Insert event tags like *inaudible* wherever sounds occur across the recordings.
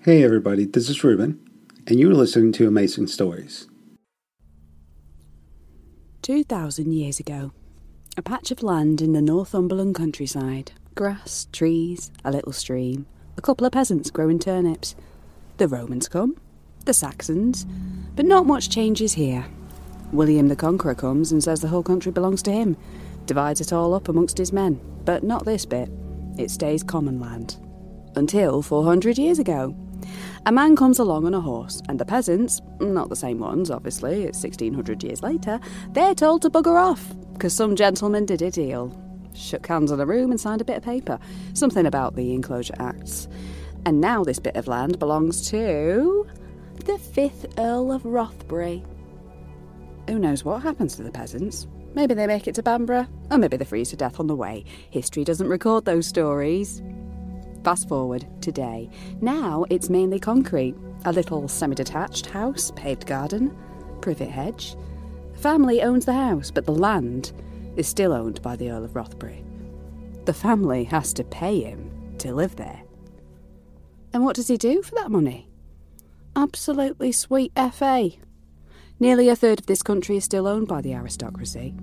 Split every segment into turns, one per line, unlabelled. Hey, everybody, this is Ruben, and you're listening to Amazing Stories.
2,000 years ago, a patch of land in the Northumberland countryside. Grass, trees, a little stream, a couple of peasants growing turnips. The Romans come, the Saxons, but not much changes here. William the Conqueror comes and says the whole country belongs to him, divides it all up amongst his men, but not this bit. It stays common land. Until 400 years ago. A man comes along on a horse, and the peasants, not the same ones, obviously, it's 1600 years later, they're told to bugger off, because some gentleman did a deal. Shook hands on a room and signed a bit of paper, something about the Enclosure Acts. And now this bit of land belongs to. the 5th Earl of Rothbury. Who knows what happens to the peasants? Maybe they make it to Bamborough, or maybe they freeze to death on the way. History doesn't record those stories. Fast forward today. Now it's mainly concrete. A little semi detached house, paved garden, privet hedge. The family owns the house, but the land is still owned by the Earl of Rothbury. The family has to pay him to live there. And what does he do for that money? Absolutely sweet FA. Nearly a third of this country is still owned by the aristocracy.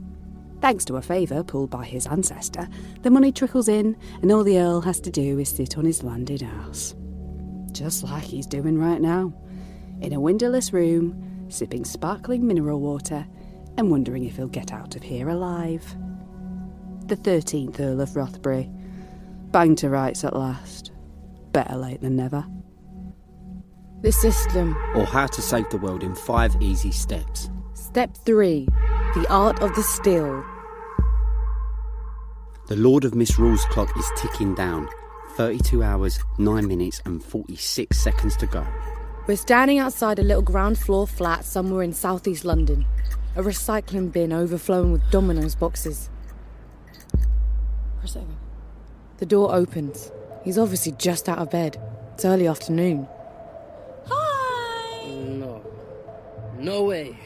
Thanks to a favour pulled by his ancestor, the money trickles in, and all the Earl has to do is sit on his landed ass. Just like he's doing right now, in a windowless room, sipping sparkling mineral water and wondering if he'll get out of here alive. The 13th Earl of Rothbury. Banged to rights at last. Better late than never.
The system.
or how to save the world in five easy steps.
Step 3 The Art of the Still.
The Lord of Misrul's clock is ticking down. 32 hours, 9 minutes, and 46 seconds to go.
We're standing outside a little ground floor flat somewhere in southeast London. A recycling bin overflowing with Domino's boxes. The door opens. He's obviously just out of bed. It's early afternoon.
No. No way.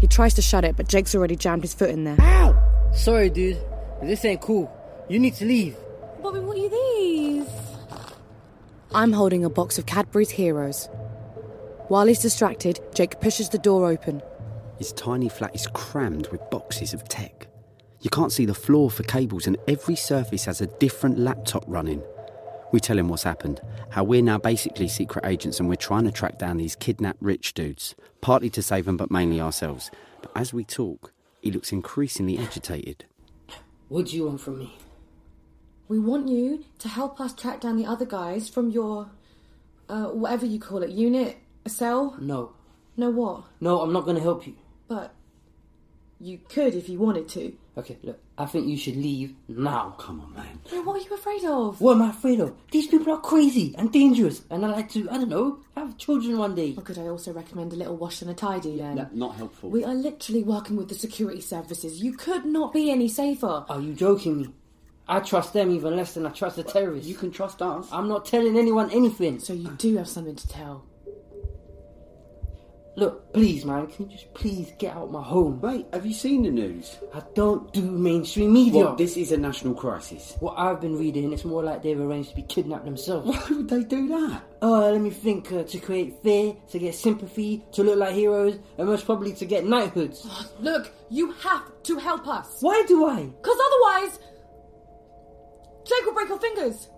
He tries to shut it, but Jake's already jammed his foot in there.
Ow! Sorry, dude. This ain't cool. You need to leave.
Bobby, what are these?
I'm holding a box of Cadbury's Heroes. While he's distracted, Jake pushes the door open.
His tiny flat is crammed with boxes of tech. You can't see the floor for cables, and every surface has a different laptop running. We tell him what's happened, how we're now basically secret agents and we're trying to track down these kidnapped rich dudes, partly to save them, but mainly ourselves. But as we talk, he looks increasingly agitated.
What do you want from me?
We want you to help us track down the other guys from your, uh, whatever you call it, unit, cell.
No.
No, what?
No, I'm not gonna help you.
But you could if you wanted to.
Okay, look, I think you should leave now.
Come on, man.
Now, what are you afraid of?
What am I afraid of? These people are crazy and dangerous, and I like to, I don't know, have children one day.
Or could I also recommend a little wash and a tidy then?
Not helpful.
We are literally working with the security services. You could not be any safer.
Are you joking me? I trust them even less than I trust the terrorists.
You can trust us.
I'm not telling anyone anything.
So you do have something to tell.
Look, please, man, can you just please get out my home?
Mate, have you seen the news?
I don't do mainstream media.
What, this is a national crisis.
What I've been reading, it's more like they've arranged to be kidnapped themselves.
Why would they do that?
Oh, let me think. Uh, to create fear, to get sympathy, to look like heroes, and most probably to get knighthoods.
Look, you have to help us.
Why do I?
Because otherwise, Jake will break our fingers.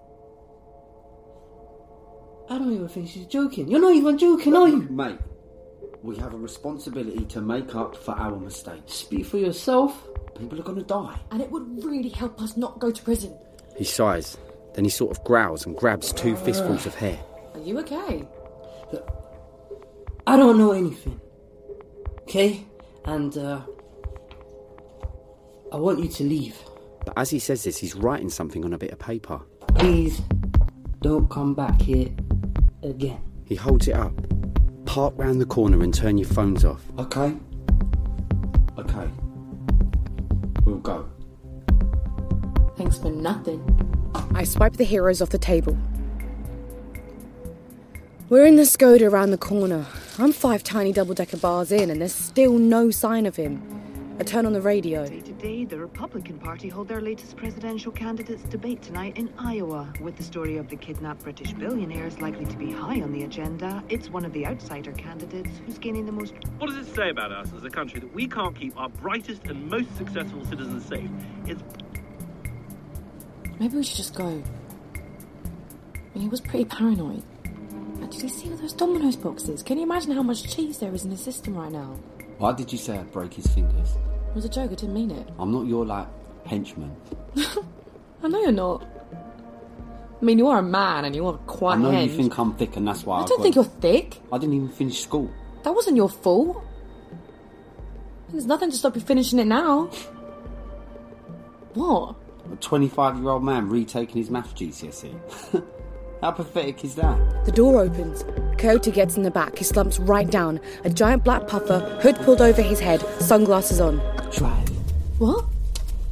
I don't even think she's joking. You're not even joking, are you?
Mate, we have a responsibility to make up for our mistakes.
Speak for yourself.
People are going to die.
And it would really help us not go to prison.
He sighs. Then he sort of growls and grabs two fistfuls of hair.
Are you okay?
I don't know anything. Okay? And, uh. I want you to leave.
But as he says this, he's writing something on a bit of paper.
Please, don't come back here again.
He holds it up. Park round the corner and turn your phones off.
Okay. Okay. We'll go.
Thanks for nothing.
I swipe the heroes off the table. We're in the Skoda around the corner. I'm five tiny double decker bars in, and there's still no sign of him. I turn on the radio.
Today, the Republican Party hold their latest presidential candidates' debate tonight in Iowa. With the story of the kidnapped British billionaires likely to be high on the agenda, it's one of the outsider candidates who's gaining the most.
What does it say about us as a country that we can't keep our brightest and most successful citizens safe? It's
Maybe we should just go. I mean, he was pretty paranoid. But Did he see all those Domino's boxes? Can you imagine how much cheese there is in his system right now?
Why did you say I'd break his fingers?
It was a joke, I didn't mean it.
I'm not your, like, henchman.
I know you're not. I mean, you are a man and you are quite
I know
hench.
you think I'm thick and that's why I,
I don't think you're thick.
I didn't even finish school.
That wasn't your fault. There's nothing to stop you finishing it now. What?
A 25 year old man retaking his math GCSE. E. *laughs* How pathetic is that?
The door opens. Coyote gets in the back. He slumps right down. A giant black puffer, hood pulled over his head, sunglasses on.
Drive.
What?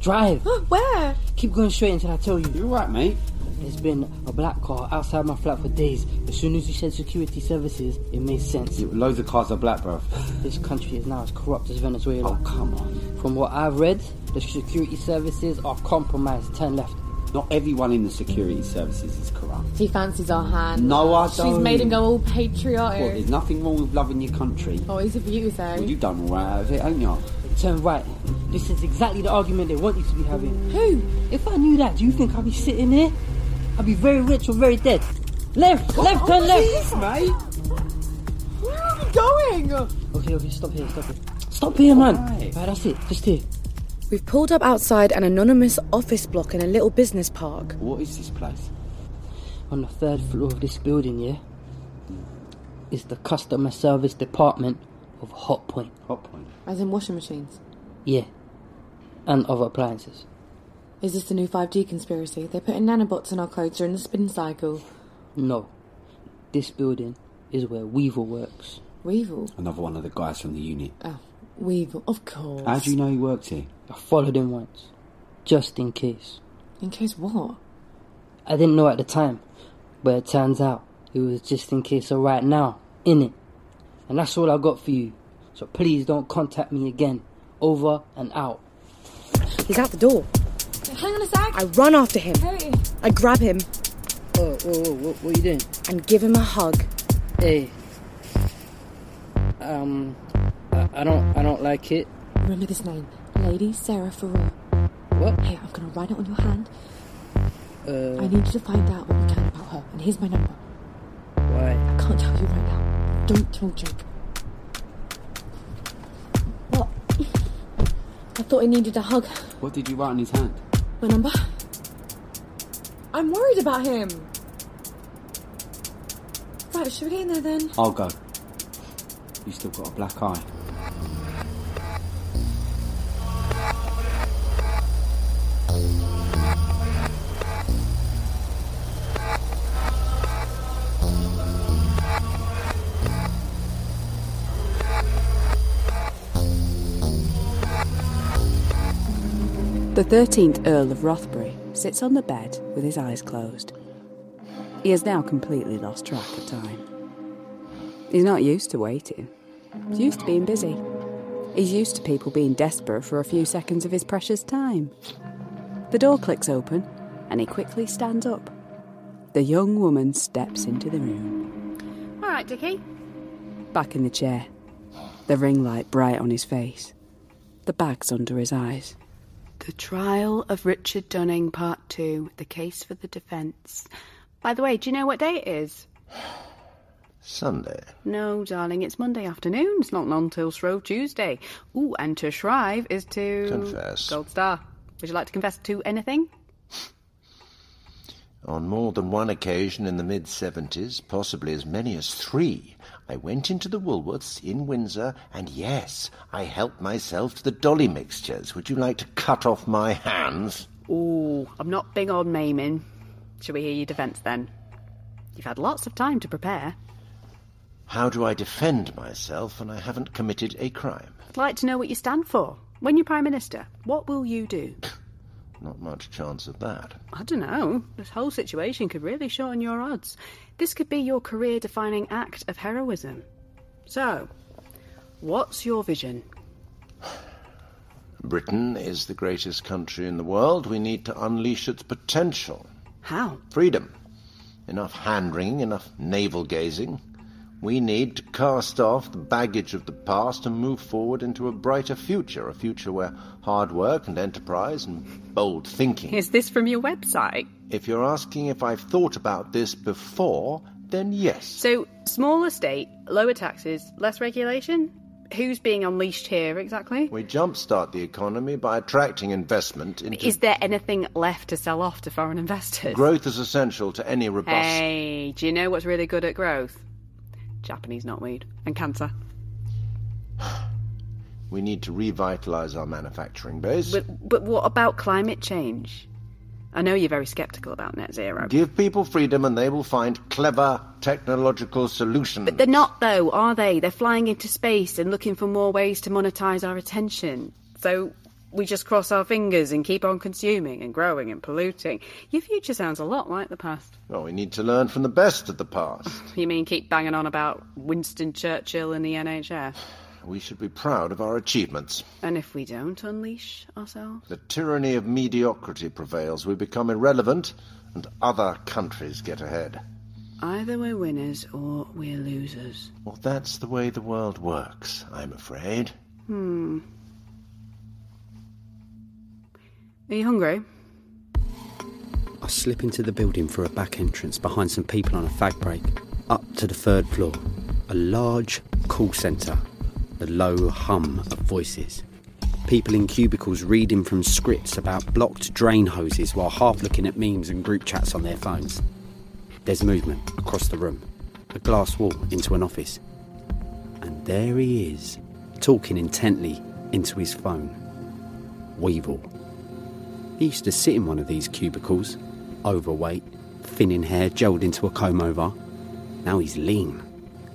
Drive.
Where?
Keep going straight until I tell you.
You're right, mate.
There's been a black car outside my flat for days. As soon as you said security services, it made sense.
Loads of cars are black, bruv. *laughs*
This country is now as corrupt as Venezuela.
Oh, come on.
From what I've read, the security services are compromised. Ten left.
Not everyone in the security services is corrupt.
He fancies our hand.
No, I
She's
don't.
made him go all
Well,
patriotic.
there's nothing wrong with loving your country.
Oh, he's a beauty
Well,
though.
you done all right out of it, ain't you?
Turn right. This is exactly the argument they want you to be having.
Who?
If I knew that, do you think I'd be sitting here? I'd be very rich or very dead. Left, left, turn left.
Mate,
Where are we going?
Okay, okay, stop here, stop here. Stop here, man.
Why?
Right, that's it. Just here.
We've pulled up outside an anonymous office block in a little business park.
what is this place?
on the third floor of this building, yeah, is the customer service department of Hot Point.
Hot point.
As in washing machines.
Yeah. And other appliances.
Is this the new 5G conspiracy? They're putting nanobots in our clothes during the spin cycle.
No. This building is where Weevil works.
Weevil?
Another one of the guys from the unit.
Oh, Weevil, of course.
How do you know he works here?
I followed him once. Just in case.
In case what?
I didn't know at the time, but it turns out it was just in case of right now, in it. And that's all I got for you. So please don't contact me again. Over and out.
He's out the door.
Hang on a sec.
I run after him.
Hey.
I grab him
Oh, whoa, whoa, whoa, what are you doing?
and give him a hug.
Hey. Um, I, I don't, I don't like it.
Remember this name, Lady Sarah Farrell.
What?
Here, I'm gonna write it on your hand.
Uh.
I need you to find out what you can about her. And here's my number.
Why?
I can't tell you right now. Don't tell Joe. What? *laughs* I thought I needed a hug.
What did you write on his hand?
My number. I'm worried about him. Right, should we get in there then?
I'll go. You still got a black eye.
The 13th Earl of Rothbury sits on the bed with his eyes closed. He has now completely lost track of time. He's not used to waiting. He's used to being busy. He's used to people being desperate for a few seconds of his precious time. The door clicks open and he quickly stands up. The young woman steps into the room,
All right, Dickie.
back in the chair, the ring light bright on his face, the bags under his eyes.
The trial of Richard Dunning, Part 2 The Case for the Defence. By the way, do you know what day it is?
Sunday.
No, darling, it's Monday afternoon. It's not long till Shrove Tuesday. Ooh, and to shrive is to.
Confess.
Gold Star. Would you like to confess to anything?
On more than one occasion in the mid 70s, possibly as many as three, I went into the Woolworths in Windsor, and yes, I helped myself to the dolly mixtures. Would you like to cut off my hands?
Ooh, I'm not big on maiming. Shall we hear your defence then? You've had lots of time to prepare.
How do I defend myself when I haven't committed a crime?
I'd like to know what you stand for. When you're Prime Minister, what will you do?
Not much chance of that.
I don't know. This whole situation could really shorten your odds. This could be your career defining act of heroism. So, what's your vision?
Britain is the greatest country in the world. We need to unleash its potential.
How?
Freedom. Enough hand wringing, enough navel gazing. We need to cast off the baggage of the past and move forward into a brighter future, a future where hard work and enterprise and bold thinking.
Is this from your website?
If you're asking if I've thought about this before, then yes.
So, smaller state, lower taxes, less regulation? Who's being unleashed here exactly?
We jumpstart the economy by attracting investment into.
Is there anything left to sell off to foreign investors?
Growth is essential to any robust.
Hey, do you know what's really good at growth? Japanese knotweed and cancer.
We need to revitalise our manufacturing base.
But, but what about climate change? I know you're very sceptical about net zero.
Give people freedom and they will find clever technological solutions.
But they're not, though, are they? They're flying into space and looking for more ways to monetize our attention. So we just cross our fingers and keep on consuming and growing and polluting. Your future sounds a lot like the past.
Well, we need to learn from the best of the past.
You mean keep banging on about Winston Churchill and the NHS?
We should be proud of our achievements.
And if we don't unleash ourselves?
The tyranny of mediocrity prevails. We become irrelevant, and other countries get ahead.
Either we're winners or we're losers.
Well, that's the way the world works, I'm afraid.
Hmm.
Are you hungry?
I slip into the building for a back entrance behind some people on a fag break. Up to the third floor, a large call centre. The low hum of voices. People in cubicles reading from scripts about blocked drain hoses while half looking at memes and group chats on their phones. There's movement across the room, a glass wall into an office. And there he is, talking intently into his phone. Weevil. He used to sit in one of these cubicles, overweight, thin in hair, gelled into a comb over. Now he's lean,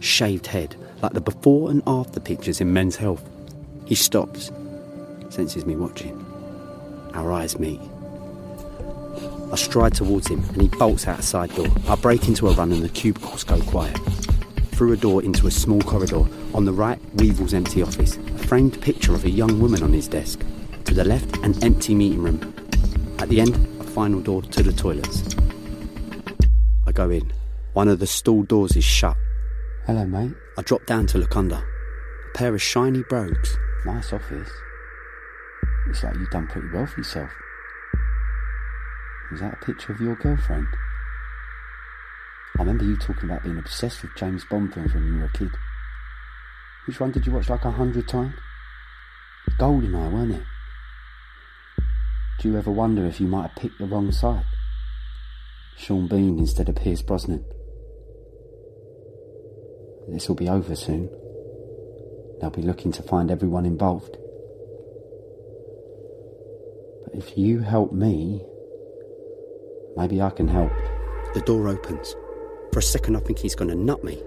shaved head, like the before and after pictures in Men's Health. He stops, senses me watching. Our eyes meet. I stride towards him and he bolts out a side door. I break into a run and the cubicles go quiet. Through a door into a small corridor. On the right, Weevil's empty office, a framed picture of a young woman on his desk. To the left, an empty meeting room, at the end, a final door to the toilets. I go in. One of the stall doors is shut.
Hello, mate.
I drop down to look under. A pair of shiny brogues.
Nice office. Looks like you've done pretty well for yourself. Is that a picture of your girlfriend? I remember you talking about being obsessed with James Bond films when you were a kid. Which one did you watch like a hundred times? Goldeneye, weren't it? Do you ever wonder if you might have picked the wrong side? Sean Bean instead of Pierce Brosnan. This will be over soon. They'll be looking to find everyone involved. But if you help me, maybe I can help.
The door opens. For a second, I think he's going to nut me.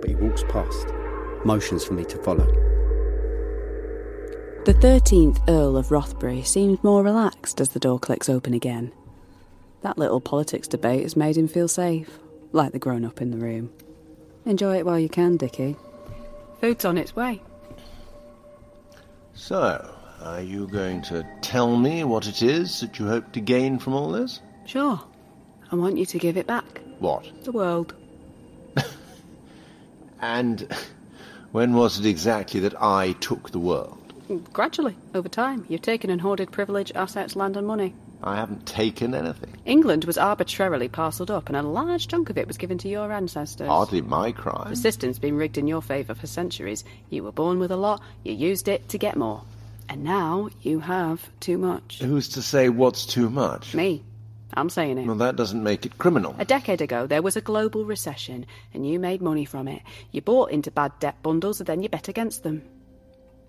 But he walks past, motions for me to follow.
The 13th Earl of Rothbury seems more relaxed as the door clicks open again. That little politics debate has made him feel safe, like the grown up in the room. Enjoy it while you can, Dickie.
Food's on its way.
So, are you going to tell me what it is that you hope to gain from all this?
Sure. I want you to give it back.
What?
The world.
And *laughs* when was it exactly that I took the world?
Gradually, over time, you've taken and hoarded privilege, assets, land, and money.
I haven't taken anything.
England was arbitrarily parcelled up, and a large chunk of it was given to your ancestors.
Hardly my crime.
The system's been rigged in your favour for centuries. You were born with a lot, you used it to get more. And now you have too much.
Who's to say what's too much?
Me. I'm saying it.
Well, that doesn't make it criminal.
A decade ago, there was a global recession, and you made money from it. You bought into bad debt bundles, and then you bet against them.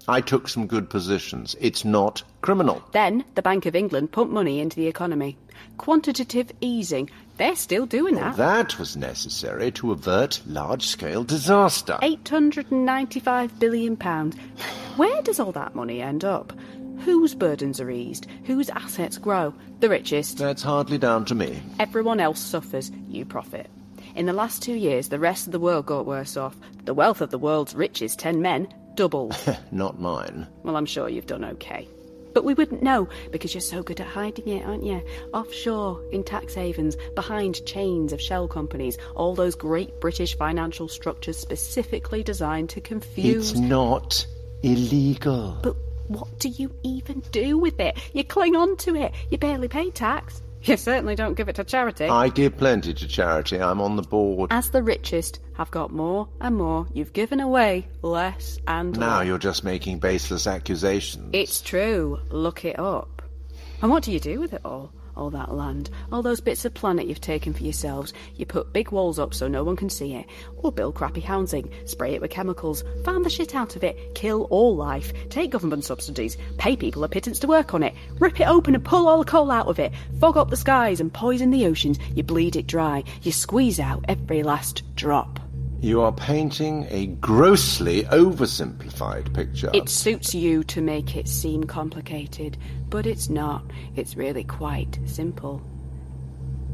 I took some good positions. It's not criminal.
Then the Bank of England pumped money into the economy. Quantitative easing. They're still doing that.
That was necessary to avert large scale disaster.
£895 billion. Where does all that money end up? Whose burdens are eased? Whose assets grow? The richest.
That's hardly down to me.
Everyone else suffers. You profit. In the last two years, the rest of the world got worse off. The wealth of the world's richest ten men doubled.
Not mine.
Well, I'm sure you've done okay. But we wouldn't know because you're so good at hiding it, aren't you? Offshore, in tax havens, behind chains of shell companies, all those great British financial structures specifically designed to confuse.
It's not illegal.
But what do you even do with it? You cling on to it. You barely pay tax. You certainly don't give it to charity.
I give plenty to charity. I'm on the board.
As the richest have got more and more, you've given away less and
Now
less.
you're just making baseless accusations.
It's true. Look it up. And what do you do with it all? All that land, all those bits of planet you've taken for yourselves. You put big walls up so no one can see it, or build crappy housing, spray it with chemicals, farm the shit out of it, kill all life, take government subsidies, pay people a pittance to work on it, rip it open and pull all the coal out of it, fog up the skies and poison the oceans. You bleed it dry, you squeeze out every last drop.
You are painting a grossly oversimplified picture.
It suits you to make it seem complicated, but it's not. It's really quite simple.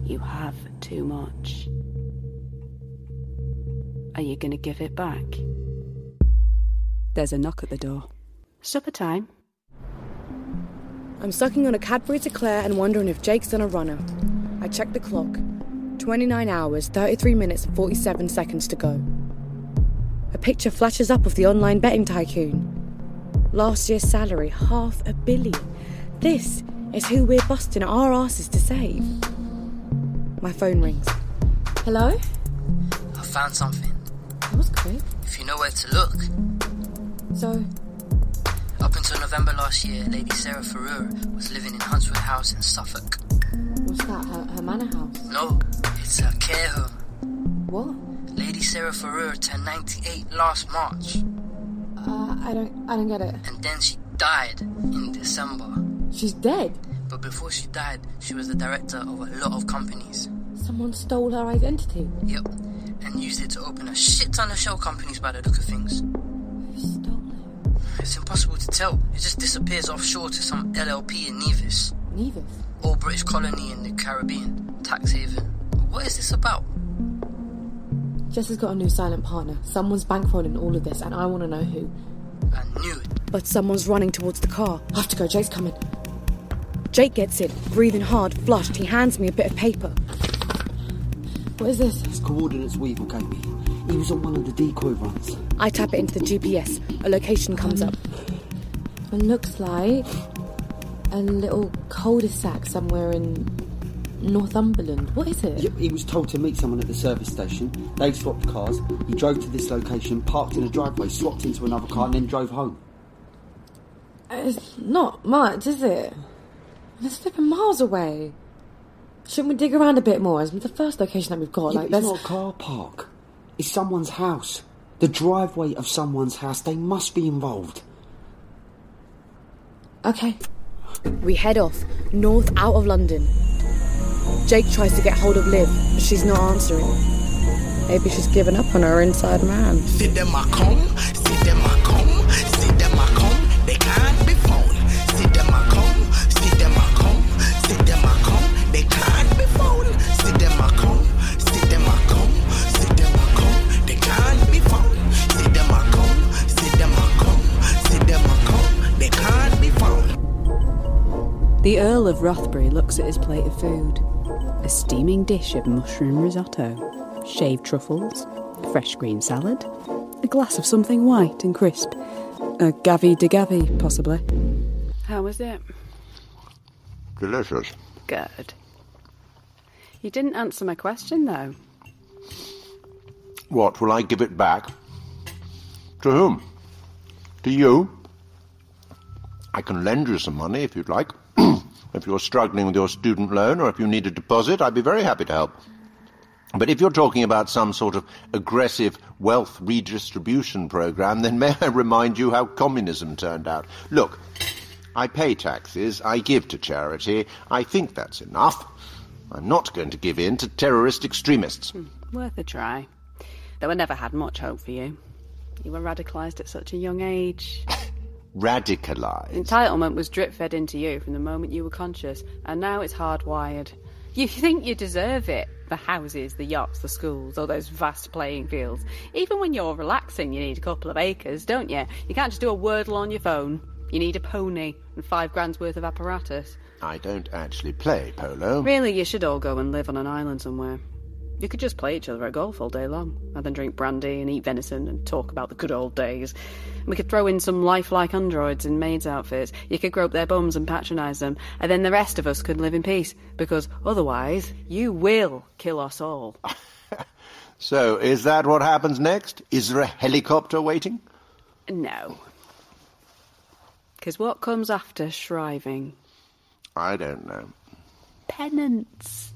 You have too much. Are you going to give it back?
There's a knock at the door.
Supper time.
I'm sucking on a Cadbury to Claire and wondering if Jake's done a runner. I check the clock. 29 hours, 33 minutes, and 47 seconds to go. A picture flashes up of the online betting tycoon. Last year's salary, half a billy. This is who we're busting our asses to save. My phone rings.
Hello?
I found something.
That was quick.
If you know where to look.
So,
Up until November last year, Lady Sarah Ferrer was living in Huntswood House in Suffolk.
what's that? Her, her manor house?
No, it's a care home.
What?
Lady Sarah Ferrer turned 98 last March,
Uh, I don't, I don't get it.
and then she died in December.
She's dead.
But before she died, she was the director of a lot of companies.
Someone stole her identity.
Yep, and used it to open a shit ton of shell companies by the look of things. It's impossible to tell. It just disappears offshore to some LLP in Nevis.
Nevis?
Old British colony in the Caribbean. Tax haven. What is this about?
Jess has got a new silent partner. Someone's bankrolling all of this, and I want to know who.
I knew it.
But someone's running towards the car.
I have to go. Jake's coming.
Jake gets in, breathing hard, flushed. He hands me a bit of paper.
What is this?
It's coordinates Weevil gave me. He was on one of the decoy runs.
I tap it into the GPS. A location comes up.
It looks like a little cul-de-sac somewhere in Northumberland. What is it?
Yep, he was told to meet someone at the service station. They swapped cars. He drove to this location, parked in a driveway, swapped into another car, and then drove home.
It's not much, is it? And It's flipping miles away. Shouldn't we dig around a bit more? It's the first location that we've got.
Yeah,
like,
but
there's
it's not a car park. It's someone's house. The driveway of someone's house. They must be involved.
Okay.
We head off, north out of London. Jake tries to get hold of Liv, but she's not answering. Maybe she's given up on her inside man.
See them a come, see them a come, see them a come, they can't be found. See them a come, see them a come, see them a come, they can't be found. See them a come, see them a come, see them a come, they can't be found. See them a come, see them a come, see them a come, they can't be found.
The Earl of Rothbury looks at his plate of food a steaming dish of mushroom risotto, shaved truffles, a fresh green salad, a glass of something white and crisp, a Gavi de Gavi, possibly.
How was it?
Delicious.
Good. You didn't answer my question, though.
What, will I give it back? To whom? To you? I can lend you some money if you'd like. *clears throat* if you're struggling with your student loan or if you need a deposit, I'd be very happy to help. But if you're talking about some sort of aggressive wealth redistribution program, then may *laughs* I remind you how communism turned out? Look, I pay taxes, I give to charity, I think that's enough. I'm not going to give in to terrorist extremists.
Worth a try. Though I never had much hope for you. You were radicalised at such a young age.
Radicalize.
Entitlement was drip fed into you from the moment you were conscious, and now it's hardwired. You think you deserve it. The houses, the yachts, the schools, all those vast playing fields. Even when you're relaxing, you need a couple of acres, don't you? You can't just do a wordle on your phone. You need a pony and five grand's worth of apparatus.
I don't actually play polo.
Really, you should all go and live on an island somewhere. You could just play each other at golf all day long, and then drink brandy and eat venison and talk about the good old days. We could throw in some lifelike androids in maids' outfits. You could grope their bums and patronise them, and then the rest of us could live in peace, because otherwise, you will kill us all.
So, is that what happens next? Is there a helicopter waiting?
No. Because what comes after shriving?
I don't know.
Penance.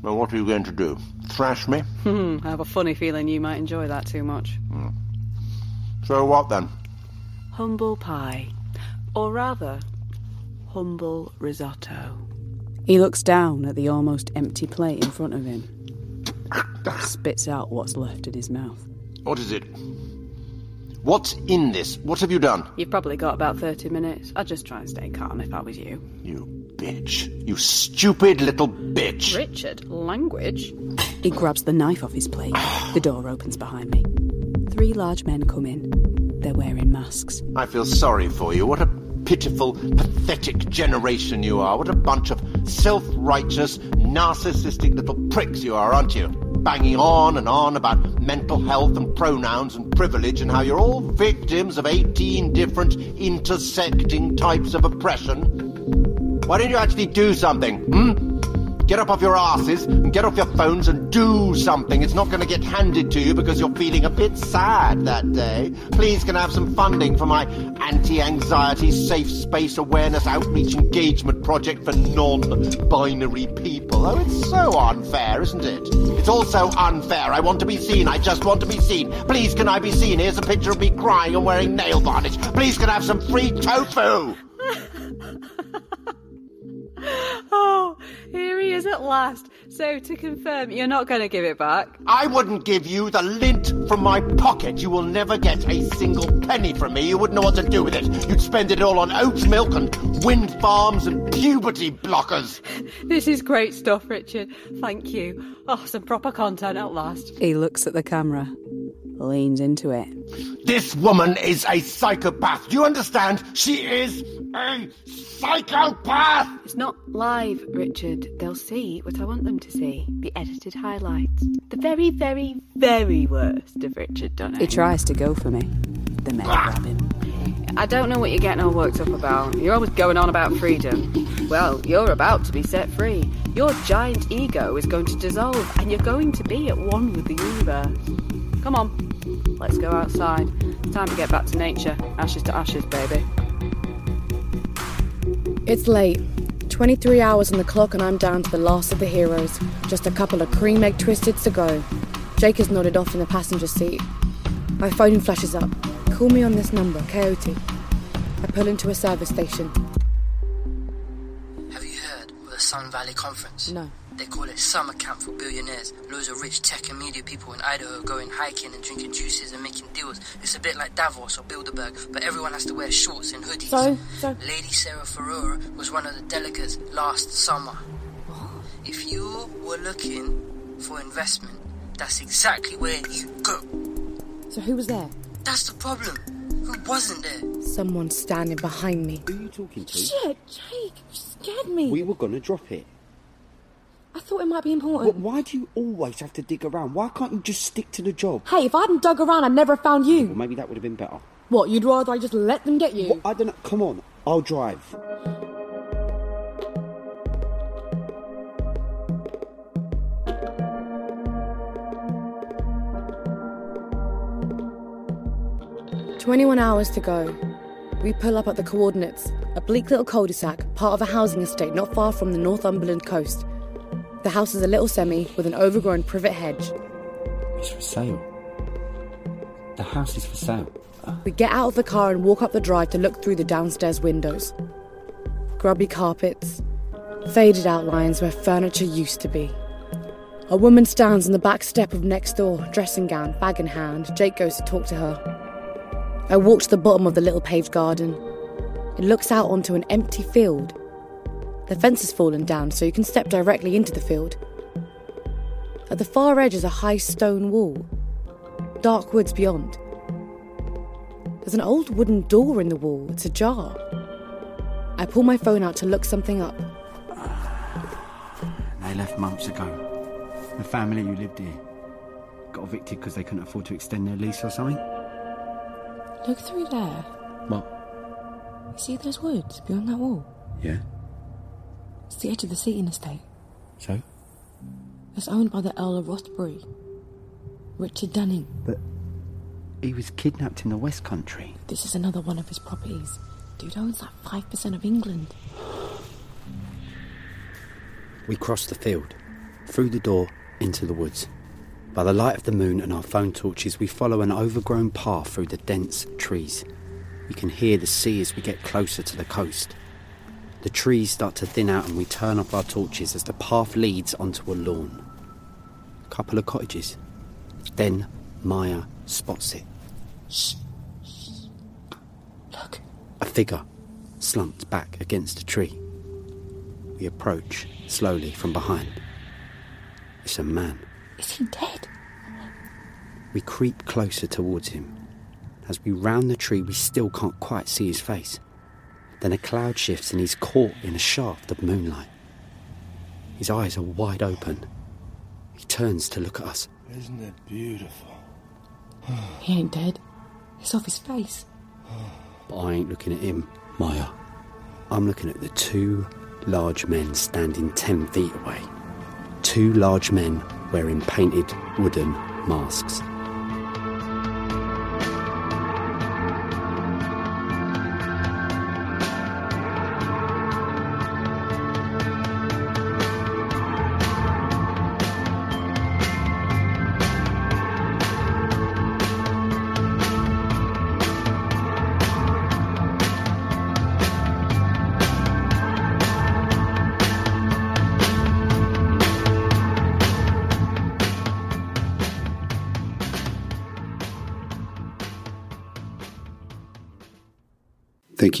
Well, what are you going to do? Thrash
*laughs*
me?
Hmm, I have a funny feeling you might enjoy that too much.
So what then?
Humble pie. Or rather, humble risotto.
He looks down at the almost empty plate in front of him. Spits out what's left in his mouth.
What is it? What's in this? What have you done?
You've probably got about 30 minutes. I'd just try and stay calm if I was you.
Bitch. You stupid little bitch.
Richard, language.
He grabs the knife off his plate. The door opens behind me. Three large men come in. They're wearing masks.
I feel sorry for you. What a pitiful, pathetic generation you are. What a bunch of self righteous, narcissistic little pricks you are, aren't you? Banging on and on about mental health and pronouns and privilege and how you're all victims of 18 different intersecting types of oppression. Why don't you actually do something? Hmm? Get up off your asses and get off your phones and do something. It's not going to get handed to you because you're feeling a bit sad that day. Please, can I have some funding for my anti anxiety, safe space awareness, outreach engagement project for non binary people? Oh, it's so unfair, isn't it? It's also unfair. I want to be seen. I just want to be seen. Please, can I be seen? Here's a picture of me crying and wearing nail varnish. Please, can I have some free tofu?
Oh, here he is at last. So, to confirm, you're not going to give it back.
I wouldn't give you the lint from my pocket. You will never get a single penny from me. You wouldn't know what to do with it. You'd spend it all on oat milk and wind farms and puberty blockers.
This is great stuff, Richard. Thank you. Oh, some proper content at last.
He looks at the camera, leans into it.
This woman is a psychopath. Do you understand? She is a psychopath!
It's not live, Richard. They'll see what I want them to see the edited highlights. The very, very, very worst of Richard Dunning.
He tries to go for me. The men grab him.
I don't know what you're getting all worked up about. You're always going on about freedom. Well, you're about to be set free. Your giant ego is going to dissolve, and you're going to be at one with the universe. Come on, let's go outside. It's time to get back to nature. Ashes to ashes, baby.
It's late. 23 hours on the clock, and I'm down to the last of the heroes. Just a couple of cream egg twisteds to go. Jake is nodded off in the passenger seat. My phone flashes up. Call me on this number, Coyote. I pull into a service station.
Have you heard of the Sun Valley Conference?
No.
They call it summer camp for billionaires. Loads of rich tech and media people in Idaho going hiking and drinking juices and making deals. It's a bit like Davos or Bilderberg, but everyone has to wear shorts and hoodies.
So, so.
Lady Sarah Ferrara was one of the delegates last summer. If you were looking for investment, that's exactly where you go.
So who was there?
That's the problem. Who wasn't there?
Someone standing behind me.
Who are you talking to?
Shit, Jake, you scared me.
We were gonna drop it.
I thought it might be
Wh-
important.
Why do you always have to dig around? Why can't you just stick to the job?
Hey, if I hadn't dug around, I'd never have found you.
Well, maybe that would have been better.
What, you'd rather I just let them get you?
Well, I don't know. Come on, I'll drive.
Twenty-one hours to go. We pull up at the coordinates, a bleak little cul-de-sac, part of a housing estate not far from the Northumberland coast. The house is a little semi with an overgrown privet hedge.
It's for sale. The house is for sale.
We get out of the car and walk up the drive to look through the downstairs windows. Grubby carpets, faded outlines where furniture used to be. A woman stands on the back step of next door, dressing gown, bag in hand. Jake goes to talk to her. I walk to the bottom of the little paved garden. It looks out onto an empty field. The fence has fallen down, so you can step directly into the field. At the far edge is a high stone wall, dark woods beyond. There's an old wooden door in the wall. It's ajar. I pull my phone out to look something up.
They left months ago. The family who lived here got evicted because they couldn't afford to extend their lease or something.
Look through there.
What?
You see those woods beyond that wall?
Yeah.
It's the edge of the Seaton estate.
So?
It's owned by the Earl of Rothbury. Richard Dunning.
He was kidnapped in the West Country.
This is another one of his properties. Dude owns like 5% of England.
We crossed the field, through the door, into the woods. By the light of the moon and our phone torches, we follow an overgrown path through the dense trees. We can hear the sea as we get closer to the coast. The trees start to thin out and we turn off our torches as the path leads onto a lawn. A couple of cottages. Then Maya spots it.
Shh.
A figure slumped back against a tree. We approach slowly from behind. It's a man.
Is he dead?
We creep closer towards him. As we round the tree, we still can't quite see his face. Then a cloud shifts and he's caught in a shaft of moonlight. His eyes are wide open. He turns to look at us.
Isn't it beautiful?
He ain't dead. It's off his face.
But I ain't looking at him, Maya. I'm looking at the two large men standing ten feet away. Two large men wearing painted wooden masks.
Thank